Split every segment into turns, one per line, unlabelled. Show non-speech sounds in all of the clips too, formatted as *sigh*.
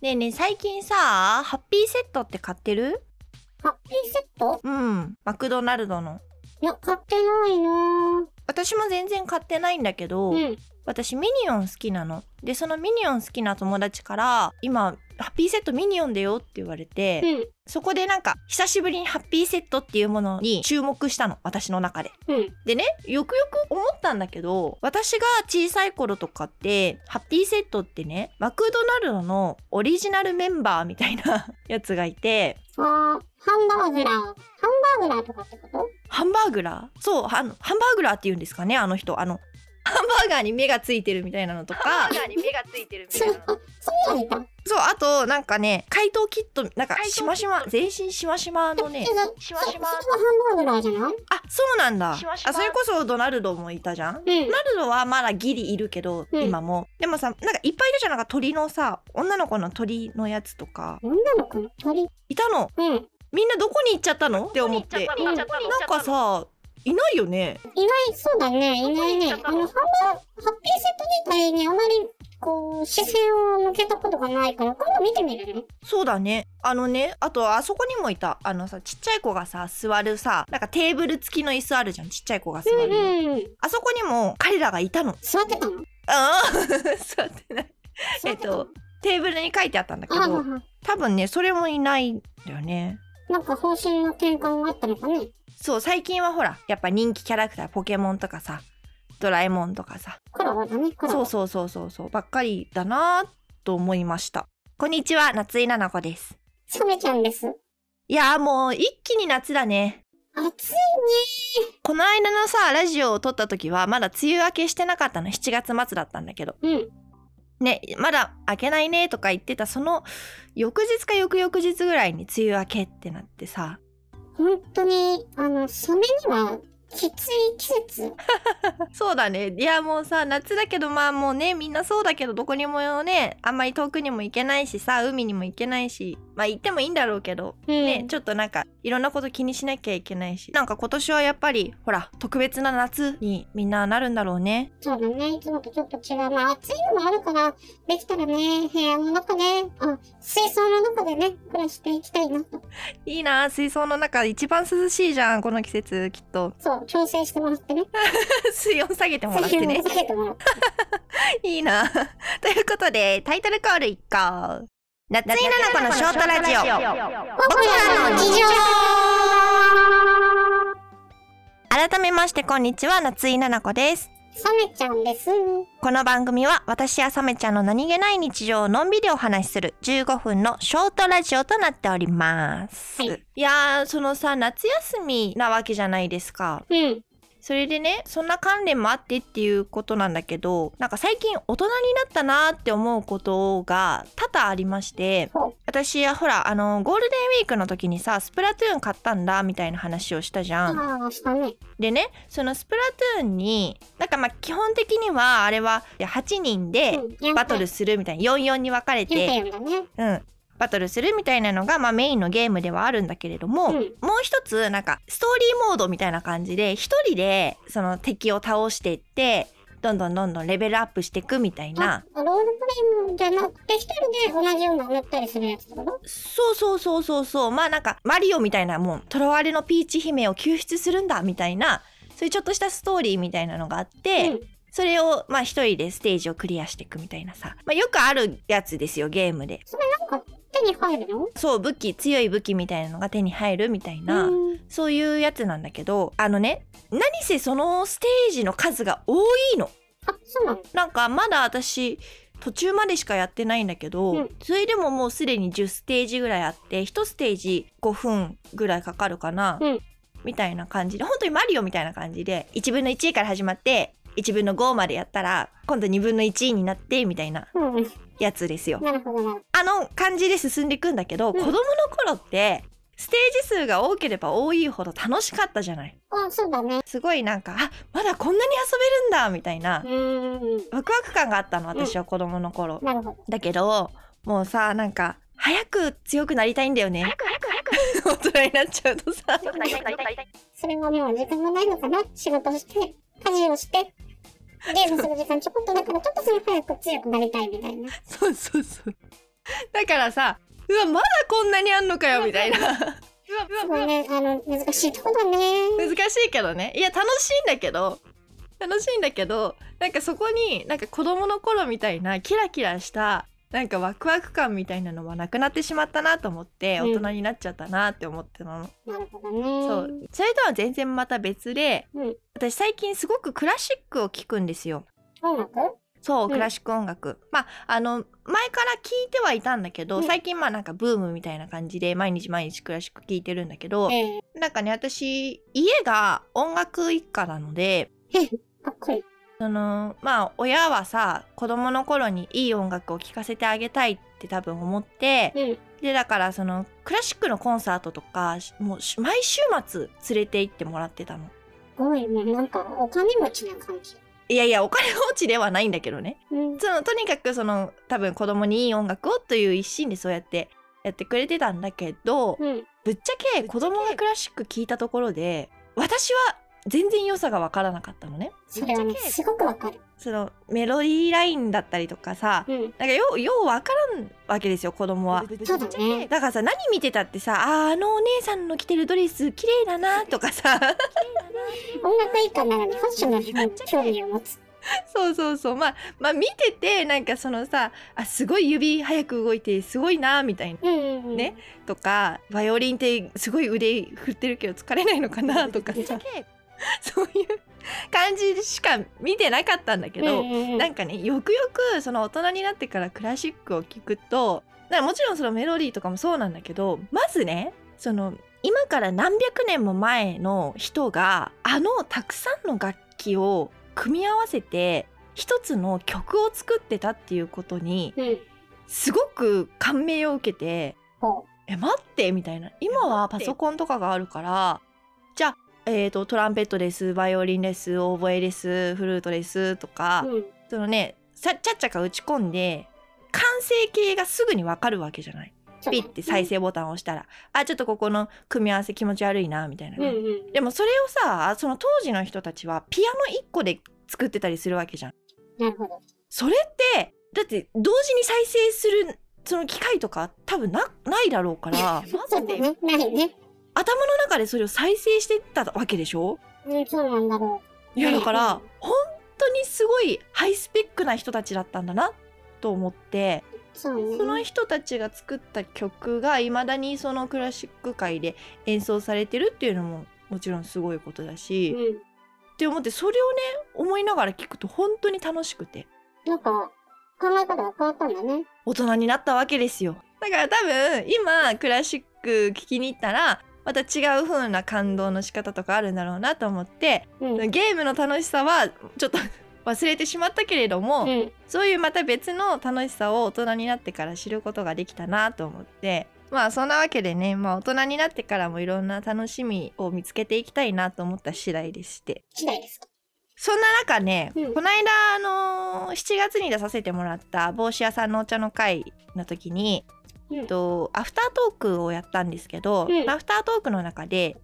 ねえねえ最近さハッピーセットって買ってる
ハッピーセット
うんマクドナルドの
いや、買ってないなぁ。
私も全然買ってないんだけど、
うん。
私ミニオン好きなのでそのミニオン好きな友達から今ハッピーセットミニオンだよって言われて、
うん。
そこでなんか久しぶりにハッピーセットっていうものに注目したの私の中で
うん。
でねよくよく思ったんだけど私が小さい頃とかってハッピーセットってねマクドナルドのオリジナルメンバーみたいな *laughs* やつがいて
あー、ハンバーグラー。ハンバーグラーとかってこと
ハンバーグラーそうあのハンバーグラーって言うんですかねあの人あのハンバーガーに目がついてるみたいなのとかハンバーガーに目がついてるみ
そう、あそうなんだ。
そうあとなんかね解凍キットなんかしましま全身しましまのね
え、な、
しましま
そそれはハンバーグラーじゃない
あそうなんだ
しましま
あそれこそドナルドもいたじゃん
うん
ド。ナルドはまだギリいるけど、
うん
今もでもさなんかいっぱいいるじゃんなんか鳥のさ女の子の鳥のやつとか
女の子の鳥。
いたの
うん。い
みんなどこに行っちゃったのって思って
どこ
な
に行っちゃったの
んかさいないよね
ない、そうだね。いないね。あの、ハンバーグ、ハッピーセット自体にあまり、こう、視線を向けたことがないから、今度見てみるね。
そうだねあのねあとあそこにもいたあのさちっちゃい子がさ座るさなんかテーブル付きの椅子あるじゃんちっちゃい子が座
う
る、
んうん。
あそこにも彼らがいたの
座ってたの
ああ *laughs* 座ってないえっと、テーブルに書いてあったんだけ
座ってたの
ど
ああ、
多分ねそれもいないんだよね
なんか方針の転換があったのかね。
そう最近はほらやっぱ人気キャラクターポケモンとかさドラえもんとかさ
コラボだね、コラ
そ
ボ。
うそうそうそうそうばっかりだなぁと思いましたこんにちは夏井菜々子です
サメちゃんです。
いやーもう一気に夏だね
暑い
この間のさラジオを撮った時はまだ梅雨明けしてなかったの7月末だったんだけど
ね。うん。
ねまだ明けないねとか言ってたその翌日か翌々日ぐらいに梅雨明けってなって
*laughs*
さ
本当に、あの、サメにはきつい季節。
そうだね。いやもうさ夏だけどまあもうねみんなそうだけどどこにもねあんまり遠くにも行けないしさ海にも行けないしまあ行ってもいいんだろうけど、
うん
ねちょっとなんかいろんなこと気にしなきゃいけないしなんか今年はやっぱりほら特別な夏にみんななるんだろうね。
そうだね。いつもとちょっと違う。まあ、暑いのもあるから、できたらね、部屋の中で、あ、水槽の中でね、暮らしていきたいなと。
いいな水槽の中一番涼しいじゃんこの季節きっと
そう、調整してもらってね。
*laughs* 水温下げてもらっ
水
て
分を
ね
避けてもらって。
いいな *laughs* ということでタイトルコールいっこう夏井菜々子のショートラジオ
僕らの日常
改めましてこんにちは夏井菜々子です
サメちゃんです。
この番組は私やサメちゃんの何気ない日常をのんびりお話しする15分のショートラジオとなっております。
はい
い、やーそのさ夏休みなわけじゃないですか。
うん。
それでねそんな関連もあってっていうことなんだけどなんか最近大人になったなーって思うことが多々ありまして
ほう
私はほらあのゴールデンウィークの時にさスプラトゥーン買ったんだみたいな話をしたじゃん。
ああ、したね。
でねそのスプラトゥーンになんかまあ基本的にはあれは8人で
うん
バトルするみたいな44に分かれ
言っ
て、
てるんだね。
うん、バトルするみたいなのが、まあ、メインのゲームではあるんだけれども、
うん
もう一つなんかストーリーモードみたいな感じで一人でその敵を倒していってどんどんどんどんレベルアップしていくみたいな
あ、ロールプレイじゃなくて、一人で同じような塗ったりするやつってこと
そうそうそうそうそうまあなんかマリオみたいなもうとらわれのピーチ姫を救出するんだみたいなそういうちょっとしたストーリーみたいなのがあって。
うん
それをまあ一人でステージをクリアしていくみたいなさ、まあ、よくあるやつですよゲームで
なんか手に入るの
そう武器強い武器みたいなのが手に入るみたいな、
うん
そういうやつなんだけどあのね何せそのステージの数が多いの
あ、そうなの
なんかまだ私途中までしかやってないんだけど、
うん
それでももうすでに10ステージぐらいあって1ステージ5分ぐらいかかるかな、
うん
みたいな感じで本当にマリオみたいな感じで1分の1から始まって1分の5までやったら今度2分の1になってみたいな
うん。
やつですよ。
なるほどなる
あの感じで進んでいくんだけど、
ん
子供の頃ってステージ数が多ければ多いほど楽しかったじゃない。
ほど。あ、そうだね。
すごいなんかあまだこんなに遊べるんだみたいな
うーん。
ワクワク感があったの私は子供の頃、
なるほど。
だけどもうさなんか早く強くなりたいんだよね
早く早く早く
大人になっちゃうと
*laughs*
さ
強くなりたいなりたいなりたい
それはもう時間がないのかな仕事して、家事をして、ゲームする時間ちょこっとだから、ちょっとそれ早く強くなりたいみたいな。
そうそうそうだからさうわまだこんなにあんのかよみたいなうわ
す
うわ
ごいね、あの、難しいとこだね。
難しいけどねいや楽しいんだけど楽しいんだけどなんかそこになんか子供の頃みたいなキラキラしたなんかワクワク感みたいなのはなくなってしまったなと思って
うん
大人になっちゃったなって思ってたの、
なるほど
そ
ね。
うそれとは全然また別で、
うん
私最近すごくクラシックを聴くんですよ
音楽
そううんクラシック音楽、まああの前から聞いてはいたんだけど、
うん
最近まあなんかブームみたいな感じで毎日毎日クラシック聴いてるんだけど、
ええ
なんかね私家が音楽一家なので
かっこいい。
そのまあ親はさ子供の頃にいい音楽を聴かせてあげたいって多分思って
うん。
でだからそのクラシックのコンサートとかもうし毎週末連れて行ってもらってたの。
すごい、もうなんか、お金持ちな感じ。
いやいやお金持ちではないんだけどね
うん。
そのとにかくその多分子供にいい音楽をという一心でそうやってやってくれてたんだけど
うん。
ぶっちゃけ子供がクラシック聴いたところで私は全然良さが分からなかったのね。
それはね、すごくわかる。
そのメロディーラインだったりとかさ
うん。
なんかようよう分からんわけですよ子供は。
そうだね。
だからさ何見てたってさあーあのお姉さんの着てるドレス綺麗だなとかさ
音楽以下なのにファッションの人に興味を持つ。
そうそうそうまあまあ見ててなんかそのさあすごい指早く動いてすごいなみたいな
うんうんうん。
ね。とかバイオリンってすごい腕振ってるけど疲れないのかなとかさそういう感じしか見てなかったんだけ
うんう
ど、
んうん
なんかねよくよくその大人になってからクラシックを聴くとなんかもちろんそのメロディーとかもそうなんだけどまずねその今から何百年も前の人があのたくさんの楽器を組み合わせて一つの曲を作ってたっていうことに
うん。
すごく感銘を受けて
ほ
え待ってみたいな今はパソコンとかがあるからじゃあ、えー、とトランペットですバイオリンですオーボエですフルートですとか、
う。うん。
そのねさちゃっちゃか打ち込んで完成形がすぐにわかるわけじゃない
そう
ピッて再。生ボタンを押したら、あちょっとここの組み合わせ気持ち悪いなみたいな
うん
ね、
うんうん。
でもそれをさその当時の人たちはピアノ1個で作ってたりするわけじゃん
なるほど。
それってだって同時に再生するその機械とか多分なないだろうから
そうだね。ないね。
頭の中でそれを再生してたわけでしょ
うん、そうなんだろ
いや
うん
だから本当にすごいハイスペックな人たちだったんだなと思って
う。そうね。
その人たちが作った曲がいまだにそのクラシック界で演奏されてるっていうのももちろんすごいことだし、っ
うん。
て思ってそれをね思いながら聞くと本当に楽しくて
なんか、考え方が変わったんだね。
大人になったわけですよだから多分今クラシック聴きに行ったらまた違う風な感動の仕方とかあるんだろうなと思って
うん。うん。
ゲームの楽しさはちょっと忘れてしまったけれども、そういうまた別の楽しさを大人になってから知ることができたなと思ってまあそんなわけでね、まあ、大人になってからもいろんな楽しみを見つけていきたいなと思った次第でして
嫌いですか。
そんな中ね、
うん
この間あのー7月に出させてもらった帽子屋さんのお茶の会の時に、
うん
えっとアフタートークをやったんですけど、
うん
アフタートークの中で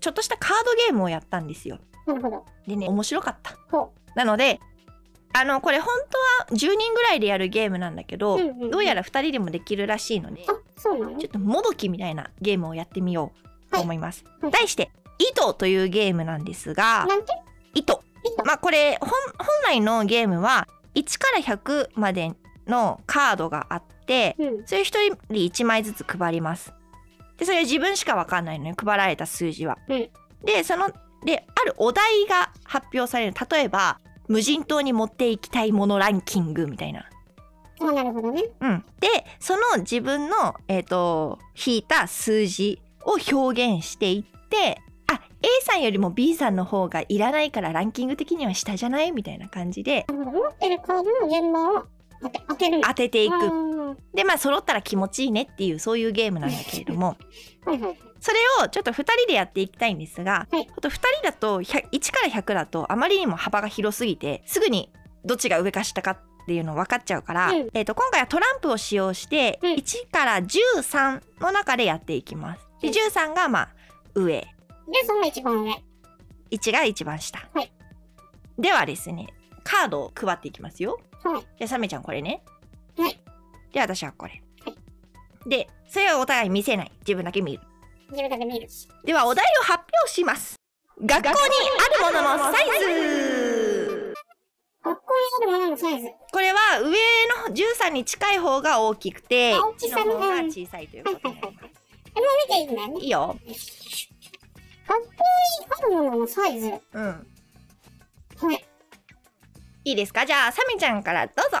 ちょっとしたカードゲームをやったんですよ。
なるほど。
でね面白かった
ほ
なのであのこれ本当は10人ぐらいでやるゲームなんだけど、
うんうんうん
どうやら2人でもできるらしいので
あ、そうなの
ちょっともどきみたいなゲームをやってみようと思います、
はい
題して「糸」というゲームなんですが
なんて
「糸
いいの」
まあこれ本本来のゲームは1から100までのカードがあって
うん。
それ一人1枚ずつ配りますでそれは自分しか分かんないのね配られた数字は、
うん
でそのであるお題が発表される例えば無人島に持っていきたいものランキングみたいな、
あ、なるほどね。
うん、でその自分の、えー、と引いた数字を表現していってあ A さんよりも B さんの方がいらないからランキング的には下じゃないみたいな感じで
なるほど。持ってるカードの順番を当て当てるんだ。
当ててい
あ
く
ー
でまあ揃ったら気持ちいいねっていうそういうゲームなんだけれども
はいはい。
それをちょっと2人でやっていきたいんですが、
はい
ちょっと2人だと100 1から100だとあまりにも幅が広すぎてすぐにどっちが上か下かっていうの分かっちゃうから、
うん
えー、と今回はトランプを使用して
うん
1から13の中でやっていきます。で
うん
13がまあ上
で、その一番上。
1が一番下、
はい
ではですねカードを配っていきますよ。
はい。
じゃあサメちゃんこれね。
はい
で私はこれ。
はい
でそれはお互い見せない自分だけ見る
自分だけ見るし。
ではお題を発表します学校にあるもののサイズ
学校にあるもののサイズ。
これは上の13に近い方が大きくて
あ大きさ
1
ね
の方が小さいということになりま
え、もう見ていいんだよ
すい
ね。
いよ
学校にあるもののサイズ。はい。
うん
うん
いいですかじゃあサミちゃんからどうぞ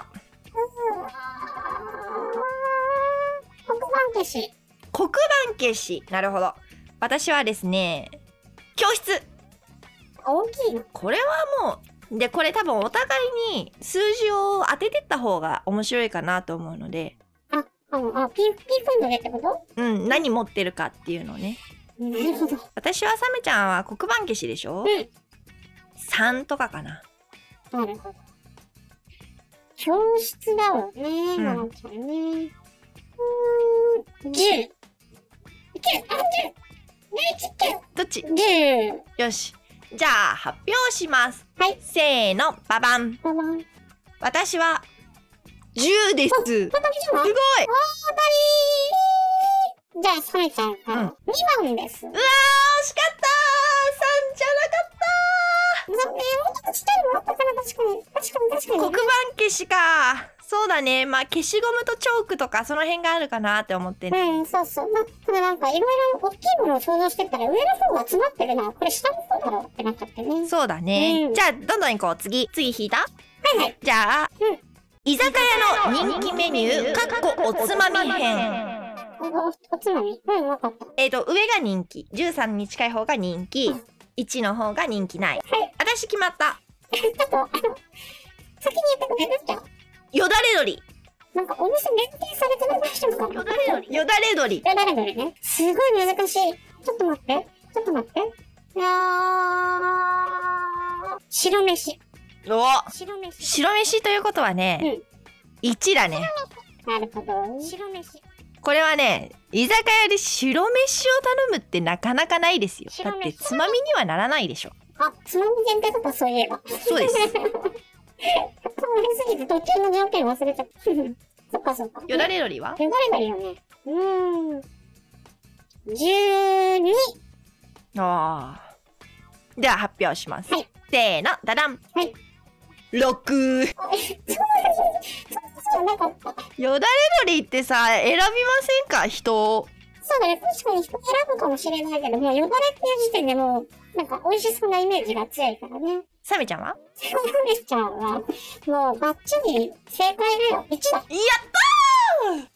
黒板消し。
黒板消しなるほど私はですね教室
大きいの。
これはもうでこれ多分お互いに数字を当ててった方が面白いかなと思うので
あ、あの、あ、ピン、ピンポイントでってこ
う
と
ん何持ってるかっていうのをね
なるほど。
私はサメちゃんは黒板消しでしょ
うん。
3とかかな
なるほど。教室だよね、
うん
なのちゃんね。うーん、十。いけ、あ、十。
どっち
ね、十。十。
よしじゃあ発表します
はい
せーのババン
ババン。
私は10ですす
畳じゃ
ご
ないい当たりじゃあ、サメちゃんか
うん
ら。二番です。
うわー惜しかったー3じゃなかった
残念。もっとちっちゃいのあったかな、確かに。確かに、確かに。
黒板消しかそうだねまあ消しゴムとチョークとかその辺があるかなって思ってね
うん、そうそう。ま、ただなんか、いろいろ大きいものを想像してったら、上の方が詰まってるな。これ下の方だろうってなっちゃってね。
そうだね、
うん
じゃあどんどん行こう次次引いた
はいはい。
じゃあ、
うん
居酒屋の人気メニューかっこおつまみ編
お、おつまみうん、わかった。
えっ、と上が人気13に近い方が人気
うん
1の方が人気ない
はい。
私決まった
ちょっと、あの、先に言ってくれるじゃん。
よだれ鶏
なんかお店限定されてなくしてもかな。よだれ
よだれ鶏
よだれ鶏ね。すごい難しい。ちょっと待って。ちょっと待って。あー。白飯。
お
白飯。
白飯ということはね、1だね
なるほど。白飯。
これはね居酒屋で白飯を頼むってなかなかないですよだ
白
っ
飯
てつまみにはならないでしょ
あ、つまみ限定とかそういえば。
そうです
通りすぎて途中の条件忘れちゃった。 *laughs* そっかそっか。
よだ
れ。
れ鶏は
よだれ鶏よね。うーん。十二。
ああでは発表します、
はい
せーのダダン、
はい
6
そう、なんかった。
よだれ鶏ってさ選びませんか人を
そうだね、確かに人選ぶかもしれないけど、もうよだれっていう時点でもう、なんか美味しそうなイメージが強いからね。
サメちゃんは
セブンちゃんは、もうバッチリ正解だよ。
や
1だ。
っ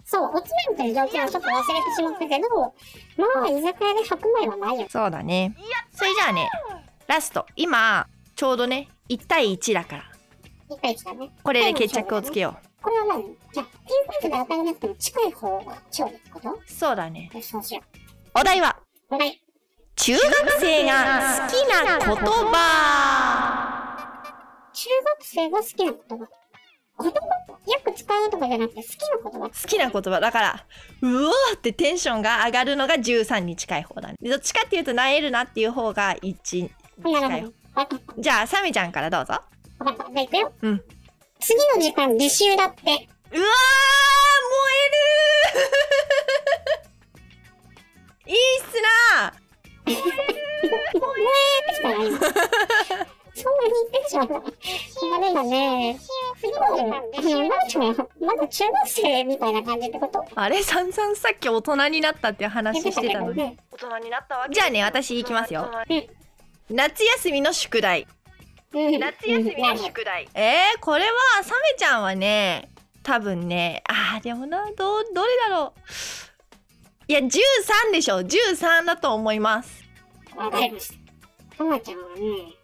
そう、おつまみという条件はちょっと忘れてしまったけど、まあ、居酒屋で白米はないよ。
そうだねそれじゃあねラスト今ちょうどね1対1だから
一回来たね。
これで決着をつけよ
これは何じゃあ、ピンポイントで当たらなくても近い方が勝利ってこと
うそうだね
よし、そうしよ
お題は
う。はい。
中学生が好きな言葉
中学生が好きな言葉。言葉よく使うとかじゃなくて好きな言葉。
好きな言葉だからうおーってテンションが上がるのが13に近い方だねでどっちかっていうとなえるなっていう方が1に近
ないる
方
ほど。わかった。
じゃあサミちゃんからどうぞ
わかった。じゃあ、いくよ。
うん
次の時間、履修だって。
うわー燃える *laughs* いいっすな
*laughs* 燃えてきたな、今。そんなに言ってしまった。今でもね、次の時間、履修だって。まだ中学生みたいな感じってこと
あれさんさんさっき大人になったっていう話してたのに
ね。
大人になったわけ
じゃあね私行きますよ夏休みの宿題
うん
夏休み
なるほ
の
ど
宿題
えー、これはサメちゃんはね多分ねあーでもなどうどれだろういや13でしょ13だと思います
わかりました。ともちゃんはね、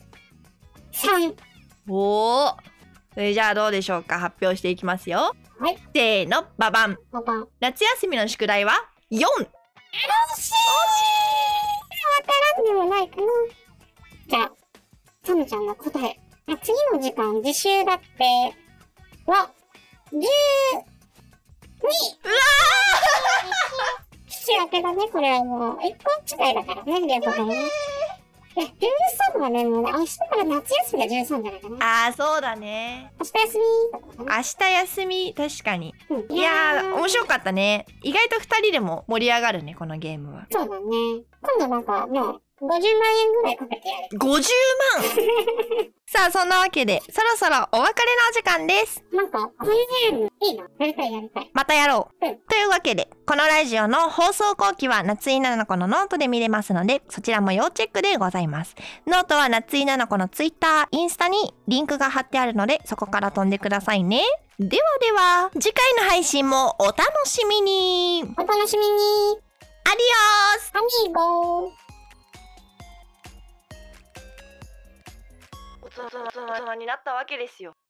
3。
おおそれじゃあどうでしょうか発表していきますよ
はい
せーのババン
5番。
夏休みの宿題は4
惜しいわからんでもないかな。じゃあ、ともちゃんの答え。あ次の時間、履修だって。は、十
う
二。
わ
引き分けだね、これはもう。一本違いだからね、両方ともね。 13はね、もうね、明日から夏休みが13じゃないかな。
ああそうだね
明日休みとか
明
か
日休み確かに
な。うん
いやー面白かったね意外と2人でも盛り上がるねこのゲームは
そうだね。今度なんか、もう、50万円ぐらいかけてやる。
50万 *laughs* さあそんなわけでそろそろお別れのお時間です
なんか、こういうゲーム、いいな。やりたいやりたい。
またやろう、
うん
というわけでこのラジオの放送後期は夏井菜々子のノートで見れますのでそちらも要チェックでございますノートは夏井菜々子のツイッターインスタにリンクが貼ってあるのでそこから飛んでくださいねではでは次回の配信もお楽しみに
お楽しみに。
アディオス
アミーゴー。
大人になったわけですよ